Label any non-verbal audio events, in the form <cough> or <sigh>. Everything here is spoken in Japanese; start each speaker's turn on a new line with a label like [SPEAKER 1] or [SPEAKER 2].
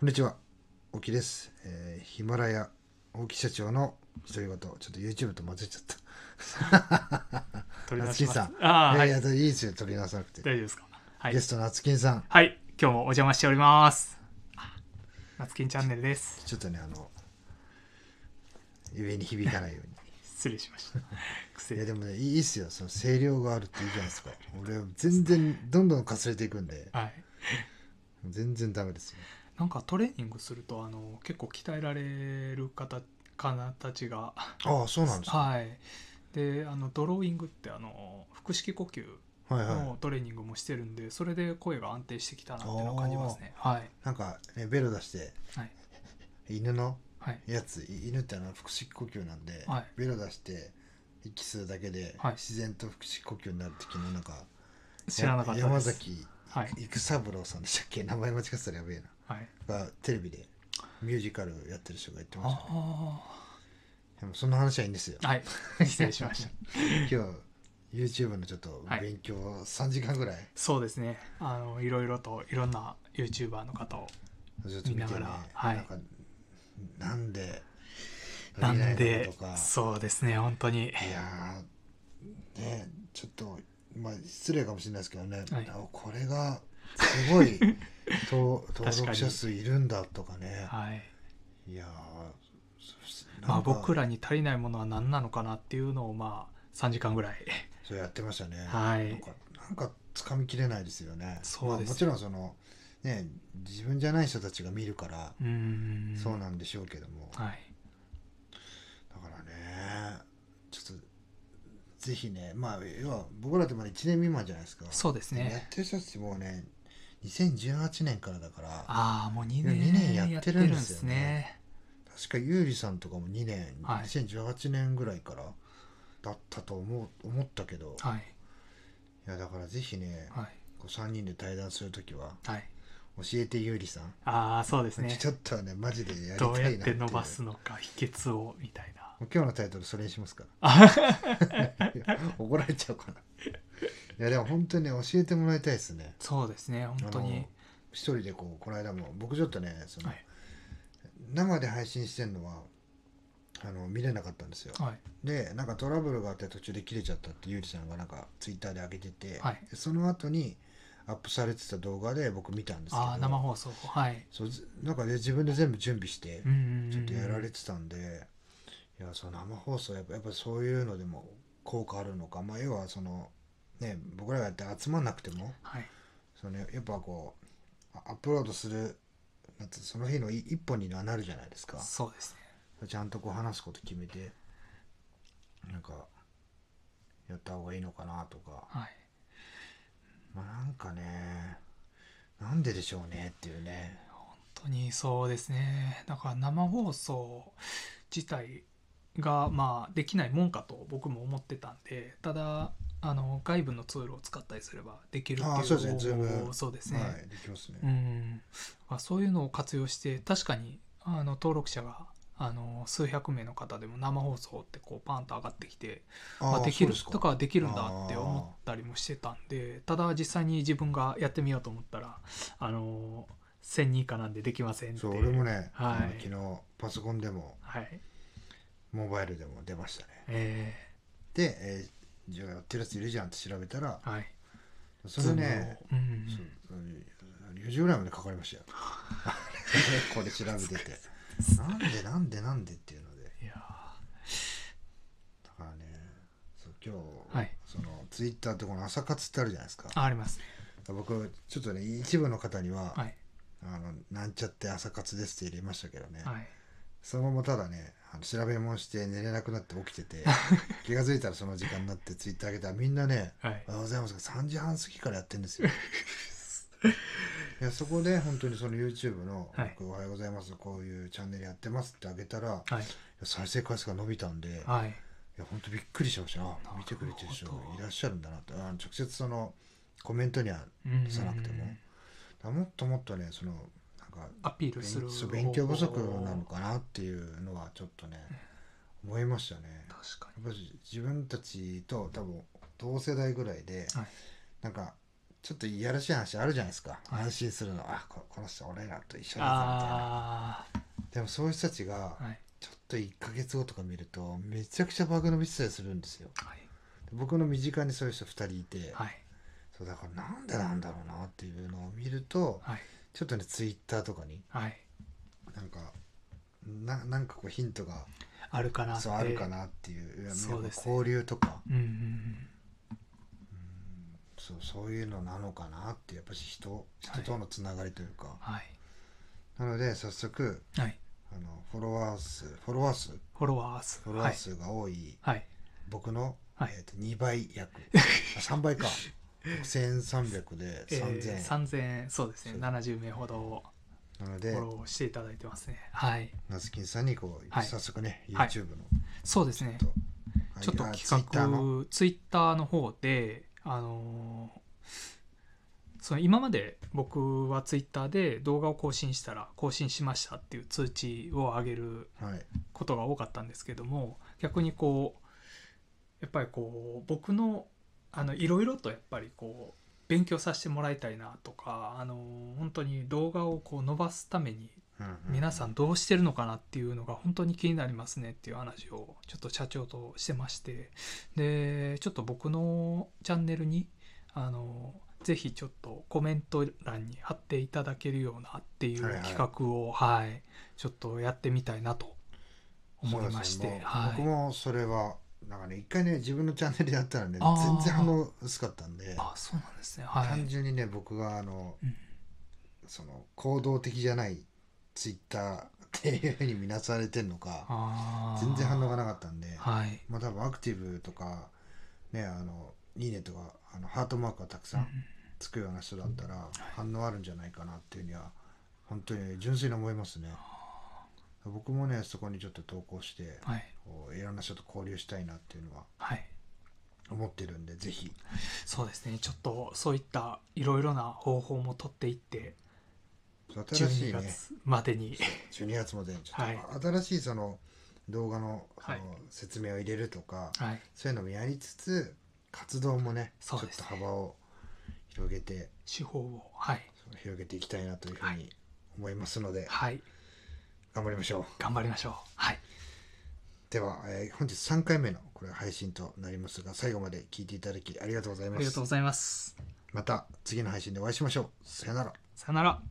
[SPEAKER 1] こんにちは、大木です。えーヒマラヤ、大木社長の独り言、ちょっと YouTube と混ぜちゃった。
[SPEAKER 2] 取り直します。
[SPEAKER 1] 夏木
[SPEAKER 2] ああ、
[SPEAKER 1] い
[SPEAKER 2] は
[SPEAKER 1] やいや、
[SPEAKER 2] い、大
[SPEAKER 1] いいですよ、取り直さなくて。
[SPEAKER 2] 丈夫ですか。はい
[SPEAKER 1] ゲ、ストのあつきんさん、
[SPEAKER 2] はい、今日もお邪魔しております。マツキンチャンネ
[SPEAKER 1] <laughs>
[SPEAKER 2] ルです。
[SPEAKER 1] ちょっとね、あの、上に響かないよう
[SPEAKER 2] <laughs>
[SPEAKER 1] に。
[SPEAKER 2] 失礼しま
[SPEAKER 1] <laughs>
[SPEAKER 2] した。くせ
[SPEAKER 1] いや、
[SPEAKER 2] に
[SPEAKER 1] でもね、いいっすよ、その声量があるっていいじゃないですか。俺、全然、どんどんかすれていくんで、
[SPEAKER 2] はい。
[SPEAKER 1] 全然ダメですよ。
[SPEAKER 2] なんかトレーニングするとあの結構鍛えられる方方たちが、
[SPEAKER 1] ああ、そうなんですか。
[SPEAKER 2] はい。で、あのドローイングってあの腹式呼吸
[SPEAKER 1] はいはい。
[SPEAKER 2] のトレーニングもしてるんで、それで声が安定してきたなっていうのを感じますね。はい。
[SPEAKER 1] なんか、ね、ベロ出して、
[SPEAKER 2] はい。
[SPEAKER 1] <laughs> 犬の
[SPEAKER 2] はい。
[SPEAKER 1] やつい犬ってあの腹式呼吸なんで、
[SPEAKER 2] はい
[SPEAKER 1] ベロ出して息するだけで、
[SPEAKER 2] はい
[SPEAKER 1] 自然と腹式呼吸になるって昨日なんか
[SPEAKER 2] 知らなかったです。
[SPEAKER 1] や山崎
[SPEAKER 2] はい。
[SPEAKER 1] 育三郎さんでしたっけ名前間違ってたらやべえ
[SPEAKER 2] はい。
[SPEAKER 1] ながテレビでミュージカルやってる人が言ってましたね
[SPEAKER 2] あ
[SPEAKER 1] でもその話はいいんですよ <laughs>
[SPEAKER 2] あ。はい。失礼しました。
[SPEAKER 1] 今日 YouTube のちょっと
[SPEAKER 2] はい
[SPEAKER 1] 勉強3時間ぐらい
[SPEAKER 2] そうですねあのいろいろといろんな YouTuber の方を
[SPEAKER 1] ずっと見てね
[SPEAKER 2] 見ながらはい
[SPEAKER 1] なんかなんで
[SPEAKER 2] なん
[SPEAKER 1] 未来
[SPEAKER 2] で
[SPEAKER 1] のこととか
[SPEAKER 2] そうですね本当に
[SPEAKER 1] いやーねちょっとまあ失礼かもしれないですけどね、
[SPEAKER 2] はい
[SPEAKER 1] あこれがすごい <laughs> と登
[SPEAKER 2] 確か
[SPEAKER 1] 録
[SPEAKER 2] に
[SPEAKER 1] 者数いるんだとかね
[SPEAKER 2] はい
[SPEAKER 1] いやーそし
[SPEAKER 2] ま
[SPEAKER 1] な
[SPEAKER 2] あ
[SPEAKER 1] んか
[SPEAKER 2] 僕らに足りないものは何なのかなっていうのをまあ3時間ぐらい
[SPEAKER 1] そうやってましたね、
[SPEAKER 2] はい
[SPEAKER 1] なんかなんか掴みきれないですよね
[SPEAKER 2] そうです
[SPEAKER 1] まあもちろんそのね自分じゃない人たちが見るから
[SPEAKER 2] うーん
[SPEAKER 1] そうなんでしょうけども、
[SPEAKER 2] はい
[SPEAKER 1] だからねちょっとぜひねまあ要は僕らってまだ1年未満じゃないですか
[SPEAKER 2] そうです
[SPEAKER 1] やっ
[SPEAKER 2] ね
[SPEAKER 1] てる人たちもうね2018年からだから
[SPEAKER 2] ああもう2
[SPEAKER 1] いや二年
[SPEAKER 2] 年
[SPEAKER 1] や
[SPEAKER 2] や
[SPEAKER 1] っ
[SPEAKER 2] ってて
[SPEAKER 1] る
[SPEAKER 2] る
[SPEAKER 1] ん
[SPEAKER 2] ん
[SPEAKER 1] で
[SPEAKER 2] ですす
[SPEAKER 1] よね
[SPEAKER 2] ね
[SPEAKER 1] 確かゆうりさんとかも2年、
[SPEAKER 2] はい
[SPEAKER 1] 2018年ぐらいからだったと思う思ったけど、
[SPEAKER 2] はい
[SPEAKER 1] いやだからぜひね、
[SPEAKER 2] はい
[SPEAKER 1] こう3人で対談するときは
[SPEAKER 2] はい
[SPEAKER 1] 教えてゆうりさん、
[SPEAKER 2] ああそうですね
[SPEAKER 1] ちょっとはねマジでやりたい
[SPEAKER 2] ど
[SPEAKER 1] な
[SPEAKER 2] うやって
[SPEAKER 1] いう
[SPEAKER 2] 伸ばすのか秘訣をみたいな
[SPEAKER 1] もう今日のタイトルそれにしますから
[SPEAKER 2] あ
[SPEAKER 1] 怒られちゃうかないやでも本当にね教えてもらいたいですね
[SPEAKER 2] <laughs> そうですね本当
[SPEAKER 1] あ
[SPEAKER 2] に
[SPEAKER 1] の一人でこうこの間も僕ちょっとねその、
[SPEAKER 2] はい
[SPEAKER 1] 生で配信してるのはあの見れなかったんですよ
[SPEAKER 2] はい
[SPEAKER 1] でなんかトラブルがあって途中で切れちゃったってゆうりさんがなんかツイッターで上げてて、
[SPEAKER 2] はい
[SPEAKER 1] その後にアップされてた動画で僕見たんですけど
[SPEAKER 2] ああ生放送はい
[SPEAKER 1] そうずなんかね自分で全部準備して
[SPEAKER 2] うんうんうん
[SPEAKER 1] ちょっとやられてたんで、いやその生放送やっぱやっぱそういうのでも効果あるのかまあ要はそのね僕らがやって集まんなくても
[SPEAKER 2] はい
[SPEAKER 1] そのやっぱこうあアップロードするなんてその日のい一本にはなるじゃないですか
[SPEAKER 2] そうですね
[SPEAKER 1] ちゃんとこう話すこと決めてなんかやった方がいいのかなとか
[SPEAKER 2] はい
[SPEAKER 1] まあなんかねなんででしょうねっていうね
[SPEAKER 2] 本当にそうですねだから生放送自体がまあできないもんかと僕も思ってたんでただあの外部のツールを使ったりすればできるっていう
[SPEAKER 1] あーそうですねズーム
[SPEAKER 2] そうですね、
[SPEAKER 1] はいできますね、
[SPEAKER 2] うんまあそういうのを活用して確かにあの登録者があの数百名の方でも生放送ってこうパンと上がってきて
[SPEAKER 1] あ
[SPEAKER 2] あできる
[SPEAKER 1] そうです
[SPEAKER 2] とかできるんだって思ったりもしてたんでただ実際に自分がやってみようと思ったらあの1000人以下なんでできませんって
[SPEAKER 1] そう俺もね、あ
[SPEAKER 2] はい
[SPEAKER 1] の昨日パソコンでも
[SPEAKER 2] はい
[SPEAKER 1] モバイルでも出ましたね
[SPEAKER 2] え
[SPEAKER 1] で、えーじゃあやってるやついるじゃんって調べたら
[SPEAKER 2] ー、はい
[SPEAKER 1] それね
[SPEAKER 2] ズームをうん
[SPEAKER 1] そう4時ぐらいまでかかりましたよこれ調べててなんでなんでなんでっていうので
[SPEAKER 2] いや
[SPEAKER 1] だからねそう今日、
[SPEAKER 2] はい
[SPEAKER 1] そのツイッターってこの朝活ってあるじゃないですか
[SPEAKER 2] ーありますね
[SPEAKER 1] 僕ちょっとね一部の方には、
[SPEAKER 2] はい
[SPEAKER 1] あのなんちゃって朝活ですって入れましたけどね、
[SPEAKER 2] はい
[SPEAKER 1] そのままただねあの調べ物して寝れなくなって起きてて気が付いたらその時間になってツイッター上げたらみんなね
[SPEAKER 2] はい
[SPEAKER 1] 「おはようございます」3時半過ぎからやってるんですよいやそこで本当にその YouTube の「
[SPEAKER 2] はい
[SPEAKER 1] 僕おはようございますこういうチャンネルやってます」ってあげたら、い
[SPEAKER 2] はい
[SPEAKER 1] や再生回数が伸びたんで、い
[SPEAKER 2] はい
[SPEAKER 1] や本当びっくりしましたあ
[SPEAKER 2] なるほど
[SPEAKER 1] 見てくれてる人がいらっしゃるんだなってあの直接そのコメントには
[SPEAKER 2] うん
[SPEAKER 1] さなくてもあもっともっとねそのなんか
[SPEAKER 2] アピールする
[SPEAKER 1] そう勉強不足なのかなっていうのはちょっとね思いましたねや
[SPEAKER 2] 確かに
[SPEAKER 1] っぱり自分たちと多分同世代ぐらいで、
[SPEAKER 2] はい
[SPEAKER 1] なんかちょっといやらしい話あるじゃないですか、
[SPEAKER 2] はい
[SPEAKER 1] 安心するのあここの人俺らと一緒だぞみたいな
[SPEAKER 2] あ
[SPEAKER 1] でもそういう人たちが
[SPEAKER 2] あはい
[SPEAKER 1] ちょっと1ヶ月後とか見るとめちゃくちゃバグ伸びしたりするんですよ
[SPEAKER 2] はい
[SPEAKER 1] で僕の身近にそういう人2人いて、
[SPEAKER 2] はい
[SPEAKER 1] そうだからなんでなんだろうなっていうのを見ると
[SPEAKER 2] はい
[SPEAKER 1] ちょっとねツイッターとかに
[SPEAKER 2] はい
[SPEAKER 1] なんかななんかこうヒントが
[SPEAKER 2] あるかなって
[SPEAKER 1] そうあるかなっていう
[SPEAKER 2] そうですね
[SPEAKER 1] 交流とか
[SPEAKER 2] うんうんうん
[SPEAKER 1] そうそういうのなのかなってやっぱし人人とのつながりというか、
[SPEAKER 2] はい
[SPEAKER 1] なので早速
[SPEAKER 2] はい
[SPEAKER 1] あのフォロワー数フォロワー数
[SPEAKER 2] フォロワー数
[SPEAKER 1] フォロワー数が多い、
[SPEAKER 2] はいはい
[SPEAKER 1] 僕の、
[SPEAKER 2] はい
[SPEAKER 1] えー、と2倍
[SPEAKER 2] <laughs>
[SPEAKER 1] 約あ3倍か6300で
[SPEAKER 2] えー
[SPEAKER 1] 3000、
[SPEAKER 2] 3000そうですね
[SPEAKER 1] そう
[SPEAKER 2] 70名ほど
[SPEAKER 1] なの
[SPEAKER 2] フ
[SPEAKER 1] で
[SPEAKER 2] ォローしていただいてますねはい
[SPEAKER 1] ナスキンさんにこう、
[SPEAKER 2] はい
[SPEAKER 1] 早速ね
[SPEAKER 2] はい
[SPEAKER 1] YouTube の
[SPEAKER 2] そうですね
[SPEAKER 1] と、
[SPEAKER 2] ちょっと
[SPEAKER 1] あ
[SPEAKER 2] 企
[SPEAKER 1] Twitter の
[SPEAKER 2] 画ツイッターの方であのーその今まで僕はツイッターで動画を更新したら更新しましたっていう通知を上げる
[SPEAKER 1] はい
[SPEAKER 2] ことが多かったんですけども逆にこうやっぱりこう僕のあのいろいろとやっぱりこう勉強させてもらいたいなとかあの本当に動画をこう伸ばすために皆さ
[SPEAKER 1] ん、
[SPEAKER 2] んどうしてるのかなっていうのが本当に気になりますねっていう話をちょっと社長としてましてでちょっと僕のチャンネルにあのぜひちょっとコメント欄に貼っていただけるようなっていう
[SPEAKER 1] はいはい
[SPEAKER 2] 企画をはい、ちょっとやってみたいなと思いまし
[SPEAKER 1] そう
[SPEAKER 2] て
[SPEAKER 1] ですねもう
[SPEAKER 2] は
[SPEAKER 1] 僕
[SPEAKER 2] い
[SPEAKER 1] もそれはなんかね一回ね自分のチャンネルやったらね
[SPEAKER 2] あー
[SPEAKER 1] 全然反応薄かったんで
[SPEAKER 2] あそうなんですねはい
[SPEAKER 1] 単純にね僕があの、
[SPEAKER 2] うん
[SPEAKER 1] その行動的じゃないツイッターっていうふうに見なされてるのか
[SPEAKER 2] あー
[SPEAKER 1] 全然反応がなかったんで、
[SPEAKER 2] はい
[SPEAKER 1] まあ多分アクティブとかねあのいいねとかあのハートマークがたくさんつくような人だったら反応あるんじゃないかなっていうには本当に純粋に思いますね僕もねそこにちょっと投稿して
[SPEAKER 2] はい
[SPEAKER 1] こういろんな人と交流したいなっていうのは
[SPEAKER 2] はい
[SPEAKER 1] 思ってるんでぜひ
[SPEAKER 2] そうですねちょっとそういったいろいろな方法も取っていって
[SPEAKER 1] 新し
[SPEAKER 2] 12
[SPEAKER 1] いね
[SPEAKER 2] 月ま
[SPEAKER 1] <laughs>
[SPEAKER 2] でに、
[SPEAKER 1] 12月までにちょっ
[SPEAKER 2] はい
[SPEAKER 1] と新しいその動画のそ
[SPEAKER 2] はい
[SPEAKER 1] の説明を入れるとか
[SPEAKER 2] はい、
[SPEAKER 1] そういうのもやりつつ活動もねちょ
[SPEAKER 2] そ
[SPEAKER 1] っ
[SPEAKER 2] うです
[SPEAKER 1] と
[SPEAKER 2] ね
[SPEAKER 1] 幅を広げて
[SPEAKER 2] 手法をはい、
[SPEAKER 1] 広げていきたいなというふう
[SPEAKER 2] は
[SPEAKER 1] に思いますので
[SPEAKER 2] はい、
[SPEAKER 1] 頑張りましょう
[SPEAKER 2] 頑張りましょうはい
[SPEAKER 1] では、えー本日3回目のこれ配信となりますが最後まで聞いていただきありがとうござい
[SPEAKER 2] あ
[SPEAKER 1] ま
[SPEAKER 2] りが
[SPEAKER 1] す
[SPEAKER 2] とうございます
[SPEAKER 1] また次の配信でお会いしましょうさよなら
[SPEAKER 2] さよなら